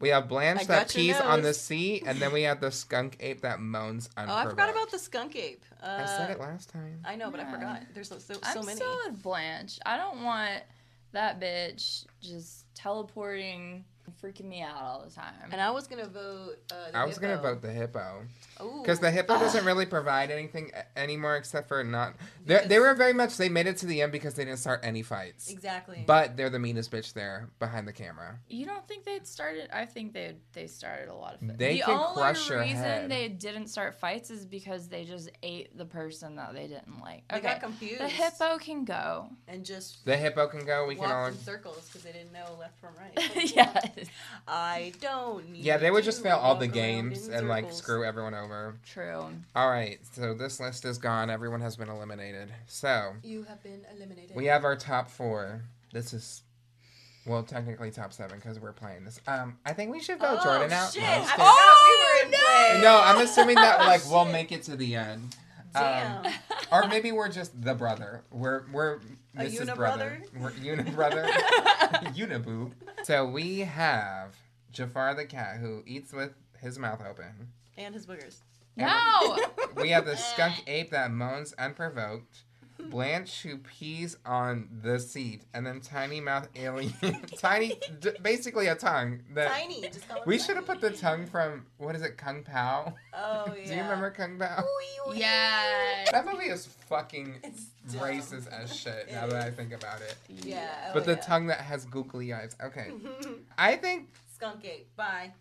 C: We have
B: I
C: Blanche that
B: got your
C: pees on the
B: nose.
C: sea, and then we have the skunk ape that moans
B: Oh, I
C: unprovoked.
B: forgot about the skunk ape. Uh,
C: I said it last time.
B: I know, but I
E: Yeah.
B: forgot. There's so, so, so
E: I'm
B: many.
E: still with Blanche. I don't want that bitch just teleporting, and freaking me out all the time.
B: And I was gonna vote. Uh, the
C: I was gonna
B: hippo.
C: vote the hippo
B: Ooh.
C: because the hippo doesn't really provide anything a- anymore except for not. They they were very much. They made it to the end because they didn't start any fights.
B: exactly.
C: But they're the meanest bitch there behind the camera.
E: you don't think they'd started? I think they they started a lot of. Fights.
C: They
E: the
C: could
E: only
C: crush your
E: reason
C: head.
E: they didn't start fights is because they just ate the person that they didn't like.
B: they
E: Okay,
B: got confused.
E: the hippo can go.
B: and just
C: The hippo can go. We can
B: walked
C: all.
B: in circles because they didn't know left from right.
E: yes,
B: I don't. Need
C: Yeah, they would just
B: to
C: fail all
B: walk
C: the
B: around
C: games
B: in
C: and like
B: circles.
C: screw everyone over.
E: true.
C: All right, so this list is gone. Everyone has been eliminated. So
B: You have been eliminated.
C: we have our top four. This is Well, technically top seven because we're playing this. Um, I think we should vote
B: Oh,
C: Jordan out.
B: shit.
C: No, I'm just
B: I
C: kidding.
E: Oh,
B: we were in play.
E: no!
C: No, I'm assuming that like we'll make it to the end.
B: Damn.
C: Um, or maybe we're just the brother. We're we're
B: A
C: Mrs. Brother.
B: unibrother?
C: We're unibrother. Uniboob. So we have Jafar the cat who eats with his mouth open.
B: and his boogers.
D: No!
C: We have the skunk ape that moans unprovoked. Blanche who pees on the seat, and then tiny mouth alien, tiny, d- basically a tongue. That
B: Tiny. Just call him
C: we should have
B: Tiny.
C: put the tongue from what is it, Kung Pao?
B: Oh yeah. Oh,
C: Do you remember Kung Pao?
D: yeah.
C: That movie is fucking
B: It's dumb.
C: racist as shit. Now
B: It
C: that I
B: is.
C: think about it.
B: Yeah.
C: But
B: oh,
C: the
B: yeah.
C: tongue that has googly eyes. Okay, I think.
B: Skunk ape. Bye.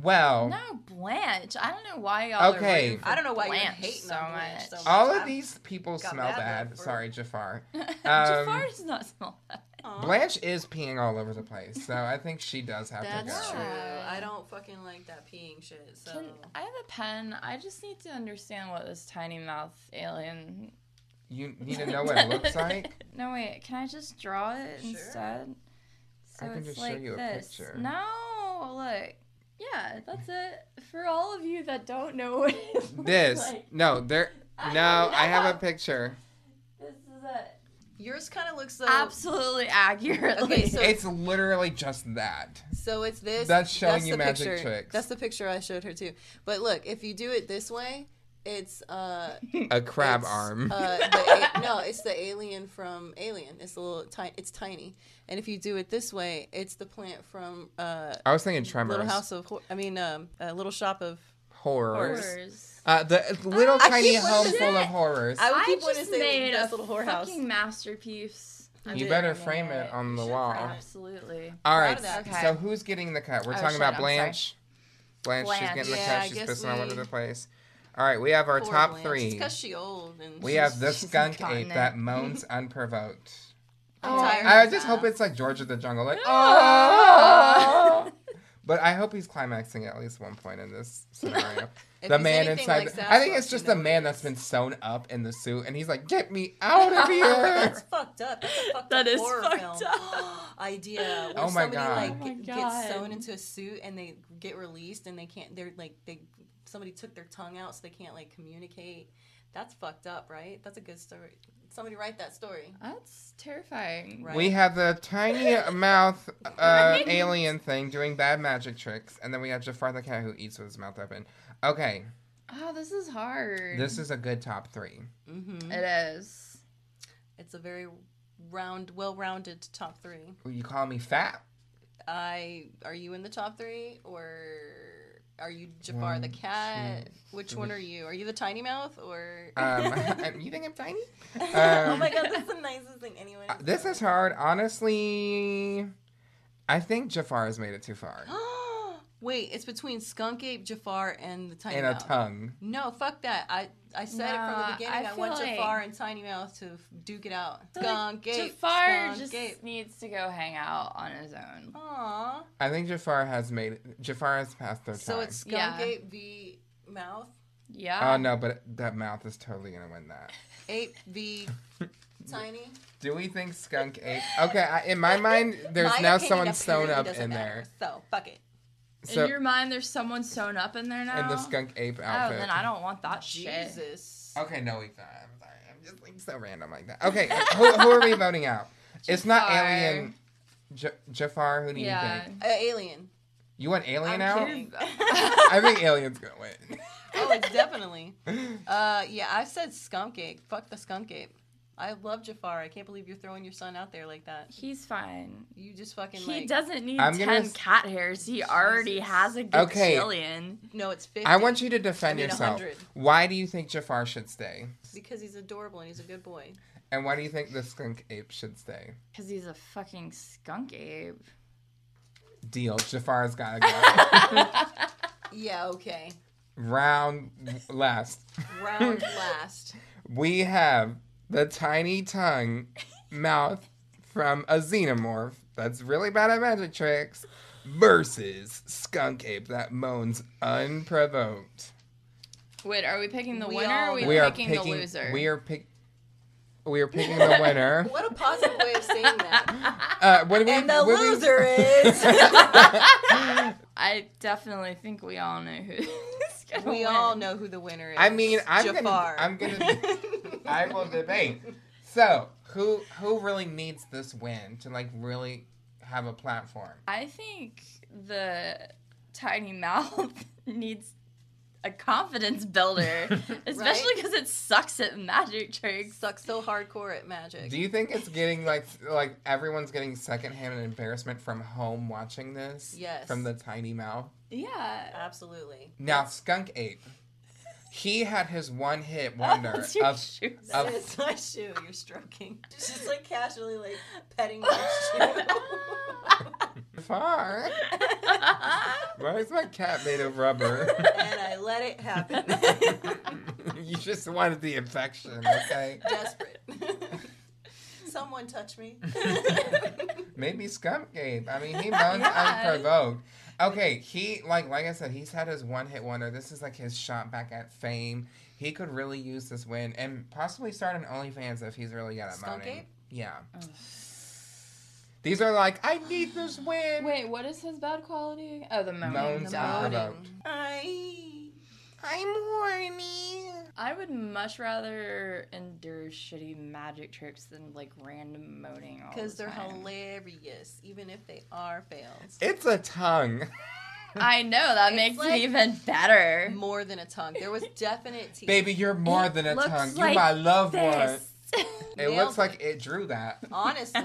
C: Well,
E: No, Blanche. I don't know why y'all
C: Okay.
E: are rooting for
B: I don't know why you're
E: Blanche
B: hating
E: so
B: on
E: much.
B: Blanche so much.
C: all of
B: I'm-
C: these people
B: got
C: smell
B: bad
C: bad.
B: luck for-
C: Sorry, Jafar.
E: Jafar
C: Um,
E: does not smell that.
B: Aw.
C: Blanche is peeing all over the place, so I think she does have
D: That's
C: to
B: True.
C: go.
B: I don't fucking like that peeing shit. So
E: Can I have a pen? I just need to understand what this tiny mouth alien.
C: You need to know what it looks like.
E: No wait, can I just draw it
B: Sure.
E: instead? So
C: I can
E: it's
C: just show
E: like
C: you a
E: this.
C: picture.
E: No, look. Yeah, that's it. For all of you that don't know what it looks
C: This
E: like,
C: no, there.
E: I
C: No, I have
E: know.
C: a picture.
E: this is it.
B: yours kind of looks so.
E: Absolutely accurate.
B: Okay, so
C: It's literally just that.
B: So it's this.
C: That's showing you
B: the
C: magic
B: picture.
C: tricks.
B: That's the picture I showed her too. But look, if you do it this way, it's uh,
C: A crab
B: it's,
C: arm.
B: Uh, the a- no, it's the alien from Alien. It's a little tiny. It's tiny. And if you do it this way, it's the plant from uh,
C: I was thinking
B: Little
C: Tremors.
B: House of. Hor- I mean, um, uh, Little Shop of.
C: Horrors.
E: Horrors.
C: Uh, the little
B: Ah, I
C: tiny
B: keep
C: home
B: wanting
C: full
E: to-
C: of horrors.
B: I would
E: I
B: keep wanting
E: just
B: to say
E: made a
B: that's Little Whorehouse.
E: fucking masterpiece. I'm
C: You
E: just
C: better
E: gonna
C: frame
E: name
C: it on the
E: Sure,
C: wall.
E: Absolutely.
C: All
B: proud
C: right.
B: of that.
E: Okay.
C: So who's getting the cut? We're
E: Oh,
C: talking
E: shit,
C: about
E: I'm sorry.
C: Blanche. Blanche. she's
E: Blanche.
C: getting the
B: Yeah, I
C: cut. She's
B: guess
C: pissing all over
B: we-
C: the place. All right, we have our
B: Poor
C: top
B: Blanche. It's
C: three.
B: 'cause she old and
C: We
B: she's-
C: have the
E: she's
C: skunk ape
E: incontinent.
C: that moans unprovoked.
B: I'm tired.
C: I
B: of
C: just
B: that.
C: hope it's like George of the Jungle, like oh. but I hope he's climaxing at least one point in this scenario.
B: If
C: the
B: he's
C: man
B: anything
C: inside.
B: like
C: the- I think
B: Sasquatch,
C: it's just
B: you know
C: the
B: what
C: man
B: it
C: that's
B: is.
C: been sewn up in the suit, and he's like, "Get me out of here!"
B: Oh, That's fucked up. That's a fucked
E: That
B: up
E: is
B: horror
E: fucked
B: film
E: up.
B: idea. Where
C: Oh my
B: somebody
C: God.
B: like
E: Oh my
B: g-
E: God.
B: gets sewn into a suit and they get released and they can't. They're like they somebody took their tongue out so they can't like communicate. That's fucked up, right? That's a good story. Somebody write that story.
E: That's terrifying.
B: Right.
C: We have the tiny mouth uh, alien thing doing bad magic tricks, and then we have Jafar the cat who eats with his mouth open. Okay,
E: Oh, this is hard.
C: this is a good top three.
B: Mm-hmm.
E: It is.
B: It's a very round, well-rounded top three.
C: You call me fat?
B: I are you in the top three or are you Jafar the
C: One,
B: cat? Which one
C: three.
B: are you? Are you the tiny mouth or?
C: Um, you think I'm tiny?
B: oh
C: um,
B: my god, that's the nicest thing anyone.
C: Uh,
B: has
C: This
B: said.
C: is hard, honestly. I think Jafar has made it too far.
B: Oh Wait, it's between Skunk Ape, Jafar, and the Tiny
C: In a
B: Mouth.
C: tongue.
B: No, fuck that. I, I said it from
E: Nah,
B: the beginning.
E: I
B: I, want
E: feel like-
B: Jafar and Tiny Mouth to f- duke it out.
E: I feel like
B: Skunk Ape.
E: Jafar
B: Skunk
E: just
B: Ape.
E: needs to go hang out on his own.
B: Aww.
C: I think Jafar has made it. Jafar has passed their time.
B: So it's Skunk
E: Yeah.
B: Ape v Mouth,
E: Yeah.
C: Oh no, but that mouth is totally gonna win that.
B: Ape v Tiny.
C: Do we think skunk ape? Okay, I, in my mind, there's
B: My
C: now someone
B: opinion
C: sewn
B: apparently
C: up
B: doesn't
C: in
B: matter, So fuck it.
C: there. So
E: in your mind, there's someone sewn up in there now.
C: in the skunk ape
E: Oh,
C: outfit.
E: then I don't want
B: Oh,
E: that shit.
B: Jesus.
C: Okay, no, we can't. I'm sorry. I'm just like so random like that. Okay, who, who are we voting out? It's not
E: Jafar.
C: alien. J- Jafar, who do you
E: Yeah.
C: think?
B: Uh, alien.
C: You want alien
B: I'm
C: out?
B: kidding.
C: I think alien's gonna win.
B: Oh, it's definitely. Uh, yeah, I said skunk ape. Fuck the skunk ape. I love Jafar. I can't believe you're throwing your son out there like that.
E: He's fine.
B: You just fucking
E: He
B: like.
E: doesn't need
C: I'm gonna
E: ten
C: s-
E: cat hairs. He already has a gajillion.
C: Okay.
B: No, it's fifty.
C: I want you to defend
B: I mean,
C: yourself.
B: 100.
C: Why do you think Jafar should stay?
B: because he's adorable and he's a good boy.
C: And why do you think the skunk ape should stay?
E: Because he's a fucking skunk ape.
C: Deal. Jafar's gotta go.
B: Yeah. Okay.
C: Round last.
B: Round last.
C: We have the tiny tongue mouth from a xenomorph that's really bad at magic tricks versus skunk ape that moans unprovoked.
E: Wait, are we picking the
B: We
E: winner? Or
B: all
E: are we,
B: know.
C: we are
E: picking,
C: picking.
E: the loser?
C: We are pick. We are picking the winner.
B: What a positive way of saying that.
C: Uh, what do we?
B: And the
C: what we-
B: loser is.
E: I definitely think we all know who's gonna
B: we
E: win.
B: all know who the winner is.
C: I mean, I'm gonna-
B: Jafar.
C: I'm gonna- I will debate. So, who who really needs this win to like really have a platform?
E: I think the tiny mouth needs a confidence builder, especially because it sucks at magic tricks.
B: Sucks so hardcore at magic.
C: Do you think it's getting like like everyone's getting secondhand embarrassment from home watching this?
B: Yes.
C: From the tiny mouth.
E: Yeah.
B: Absolutely.
C: Now, Skunk Ape. He had his one hit wonder
E: That's your
C: of
E: shoes.
C: Oh.
B: It's my shoe. You're stroking. Just like casually, like petting my shoe.
C: far. Why is my cat made of rubber?
B: and I let it happen.
C: you just wanted the affection, okay?
B: Desperate. Someone touch me.
C: Maybe Skunk Ape. I mean, he moans
E: Yeah.
C: unprovoked. Okay, he like like I said, he's had his one hit wonder. This is like his shot back at fame. He could really use this win and possibly start an OnlyFans if he's really good at
B: Skunk
C: moaning.
B: Ape?
C: Yeah. These are like, I need this win.
D: Wait,
E: What is his bad quality? Oh, the moaning.
C: Moans
E: duh.
C: are-
B: I.
C: I'm horny.
E: I would much rather endure shitty magic tricks than like random moaning.
B: Because
E: Because
B: they're hilarious, even if they are fails.
C: It's a tongue.
E: I know that
B: It's
E: makes
B: like-
E: it even better.
B: More than a tongue. There was definite teeth.
C: Baby, you're more than a
E: looks
C: tongue.
E: like
C: you're my loved one.
E: This.
C: It
B: Nailed
C: looks
B: it.
C: like it drew that.
B: Honestly,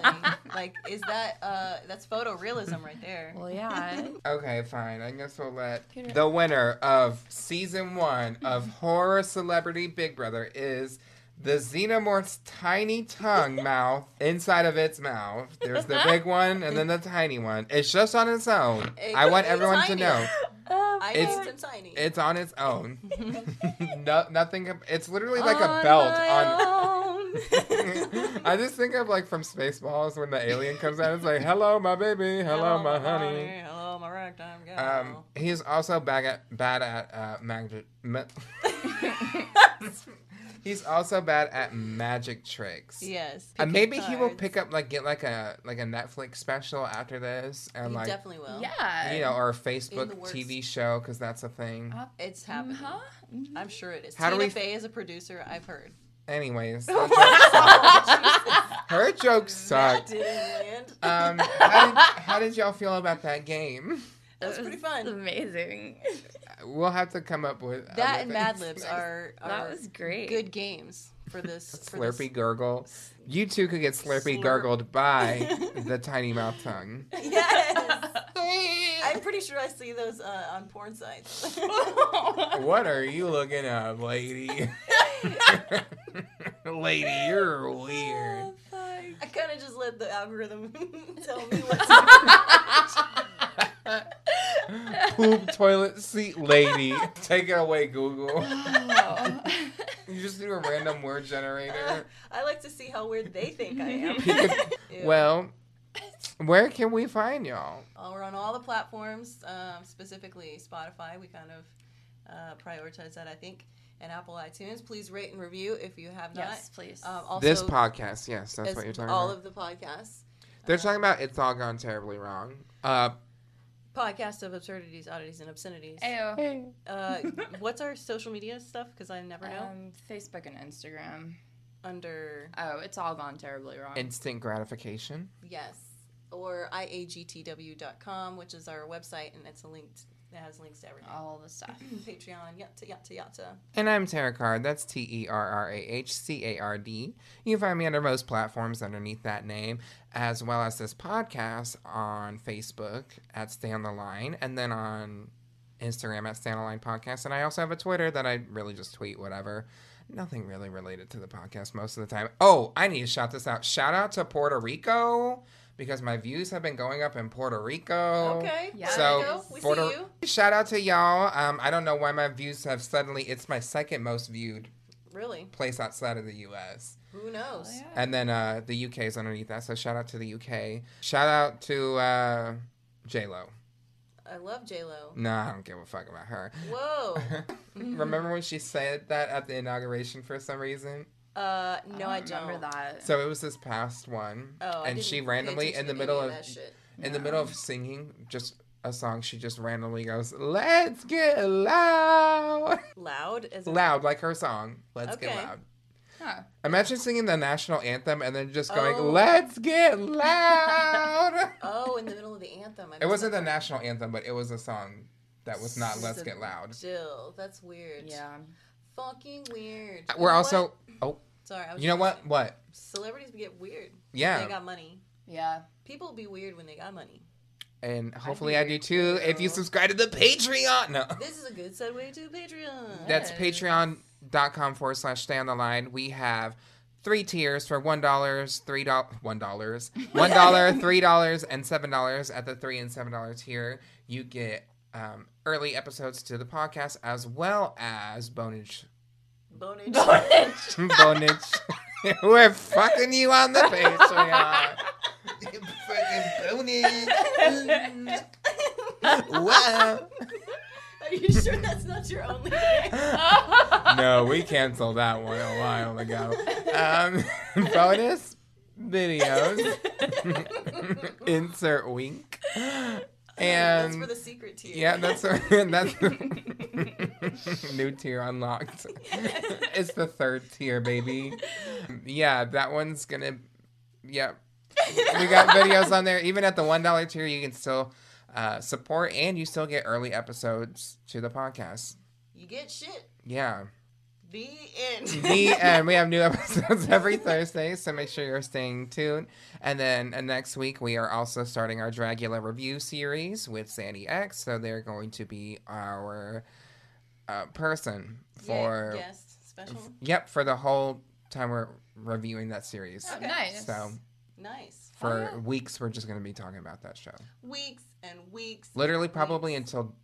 B: like, is that uh, that's photorealism right there?
E: well, yeah.
C: Okay, fine. I guess we'll let
E: Peter-
C: the winner of season one of Horror Celebrity Big Brother is the xenomorph's tiny tongue mouth inside of its mouth. There's the big one and then the tiny one. It's just on its own.
B: It
C: I want
B: could be
C: everyone to
B: tiny.
C: know
E: Oh,
B: I
C: It's-
B: need some tiny.
C: it's on its own. no, nothing. It's literally like a belt on. I just think of like from Spaceballs when the alien comes out. It's like, "Hello, my baby. Hello, my honey."
B: Hello, my ragtime
C: Um,
B: gal.
C: he's also bad at bad at uh, magic. Ma- he's also bad at magic tricks.
B: yes.
C: Uh,
B: picking
C: maybe he will
B: cards.
C: pick up like get like a like a Netflix special after this and
B: He
C: like
B: definitely will.
E: yeah.
C: you know or a
B: the Uh-huh.
C: Facebook
B: works.
C: TV show because that's a thing.
B: It's happening.
E: Huh?
B: I'm sure it is.
C: How do
B: Tina
C: we-
B: Fey is a producer. I've heard.
C: Anyways, her jokes suck. Her jokes
B: That
C: sucked.
B: didn't land.
C: Um, how, did, how did y'all feel about that game?
B: That was pretty fun.
E: Amazing.
C: We'll have to come up with
B: That
C: other
B: and
C: things.
B: Mad Libs are, are
E: That was great.
B: good games for this. for this-
C: Slurpy gurgle. You too could get Slurpy
B: Slurp.
C: gurgled by the tiny mouth tongue.
B: Yes. I'm pretty sure I see those uh, on porn sites. Oh
C: What are you looking up, lady? lady, you're weird.
B: I kind of just let the algorithm tell me what's up.
C: Poop toilet seat lady. Take it away, Google. You just do a random word generator.
B: I like to see how weird they think I am. Ew.
C: Well, where can we find y'all?
B: Uh, we're on all the platforms, um, specifically Spotify. We kind of uh, prioritize that, I think, and Apple iTunes. Please rate and review if you have not.
E: yes, please.
B: Um, also,
C: this podcast, yes, that's
B: as-
C: what you're talking
B: all
C: about.
B: of the podcasts.
C: They're talking about it's all gone terribly wrong. Uh,
B: Podcast of absurdities, oddities, and obscenities.
E: Ayo.
B: Uh, what's our social media stuff? Because I never know.
E: Um, Facebook and Instagram.
B: Under
E: Oh, it's all gone terribly wrong.
C: instant gratification.
B: yes, or iagtw.com, which is our website, and it's a linked. It has links to everything.
E: all the stuff.
B: Patreon, yatta yatta yatta.
C: And I'm Tara Card. That's T E R R A H C A R D. You can find me under most platforms underneath that name, as well as this podcast on Facebook at Stay on the Line, and then on Instagram at Stay on the Line Podcast. And I also have a Twitter that I really just tweet whatever. Nothing really related to the podcast most of the time. Oh, I need to shout this out. Shout out to Puerto Rico because my views have been going up in Puerto Rico.
B: Okay.
E: Yeah.
B: there you
C: Oh. So,
B: go. we
C: Puerto-
B: see you.
C: shout out to y'all. Um, I don't know why my views have suddenly. It's my second most viewed
B: Really?
C: place outside of the U.S.
E: Oh,
B: Who knows?
C: And then uh, the UK is underneath that. So shout out to the UK. Shout out to uh, J Lo.
B: I love J Lo.
C: No, I don't give a fuck about her.
B: Whoa. Mm-hmm.
C: Remember when she said that at the inauguration for some reason?
B: Uh, no, I don't.
E: remember that.
C: So it was this past one,
B: Oh, I
C: and she
B: didn't pay
C: randomly
B: attention
C: in the
B: to
C: middle
B: any
C: of
B: that shit.
C: in the middle of singing just a song, she just randomly goes, "Let's get loud."
B: loud as
C: loud like her song let's get
B: Okay.
C: loud
E: Huh.
C: imagine singing the national anthem and then just going
B: Oh.
C: let's get loud
B: Oh, in the middle of the anthem. I
C: it
B: missed
C: wasn't
B: that
C: the national anthem but it was a song that was not let's
B: So
C: get loud
B: Jill, that's weird.
E: Yeah.
B: Fucking weird.
C: we're
B: You know
C: also
B: what?
C: oh
B: Sorry, I was
C: you know
B: just
C: what
B: gonna
C: what
B: say, Celebrities get weird. When
C: yeah
B: they got money.
E: Yeah.
B: People be weird when they got money.
C: and hopefully i do too if you
E: too.
C: subscribe to the patreon no
B: This is a good segue to Patreon.
C: that's
E: Yes.
C: patreon.com forward slash stay on the line we have three tiers for one dollars three dollars one dollars one dollar three dollars and seven dollars at the three and seven dollar tier you get um, early episodes to the podcast as well as bonus
B: Bonage.
C: bonus we're fucking you on the patreon You fucking bonus wow
B: Are you sure that's not your only thing?
C: no, we canceled that one a while ago. Um, bonus videos. Insert wink.
B: that's
C: And
B: for the secret tier.
C: yeah, that's that's new tier unlocked. it's the third tier, baby. Yeah, that one's gonna. Yeah, we got videos on there. Even at the one dollar tier, you can still uh, support, and you still get early episodes to the podcast.
B: You get shit.
C: Yeah.
B: The end.
C: Me and we have new episodes every Thursday, so make sure you're staying tuned. And then uh, next week we are also starting our Dragula review series with Sandy X, so they're going to be our uh, person for
B: yes, special.
C: yep for the whole time we're reviewing that series.
E: Oh, nice.
C: So
B: Nice.
C: for weeks we're just going to be talking about that show,
B: Weeks and weeks.
C: literally
B: and
C: probably
B: weeks.
C: until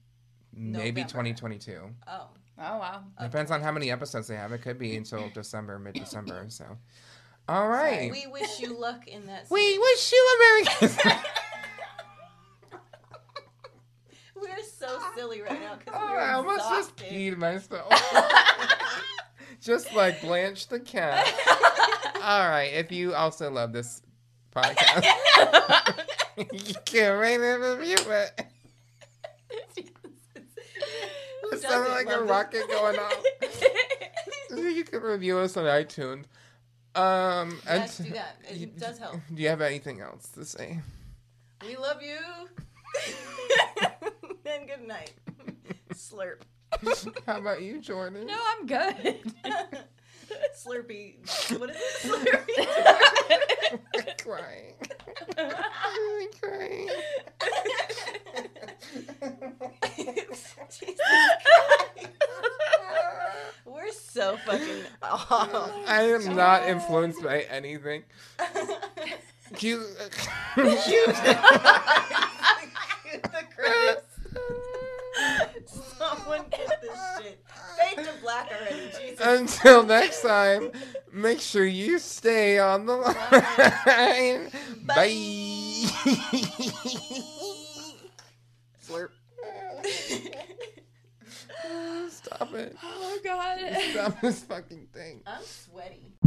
C: maybe
B: November.
C: 2022.
B: Oh.
E: Oh wow.
C: Depends on how many episodes they have. It could be until December, mid December. So, all right.
B: We wish you luck in that.
C: We
B: series.
C: wish you a Merry Christmas.
B: We're so silly right now because
C: Oh,
B: we're
C: I almost just
B: exhausted.
C: peed myself. just like Blanche the cat. All right. If you also love this podcast, you can rate and review it. It sounded like a rocket going off. you can review us on iTunes. Um,
B: Yes,
C: and-
B: do that. It does help.
C: Do you have anything else to say?
B: We love you. and good night. Slurp.
C: How about you, Jordan?
E: No, I'm good.
B: Slurpy. What is it? Slurpy.
C: crying. I'm crying.
B: Jesus Christ. We're so fucking off.
C: I am not influenced by anything. You, you,
B: the credits. Someone get this shit. Fade to black already, Jesus.
C: until next time, make sure you stay on the line. Bye.
B: Slurp.
C: Stop it.
E: oh god. Oh,
C: Stop this fucking thing.
B: I'm sweaty.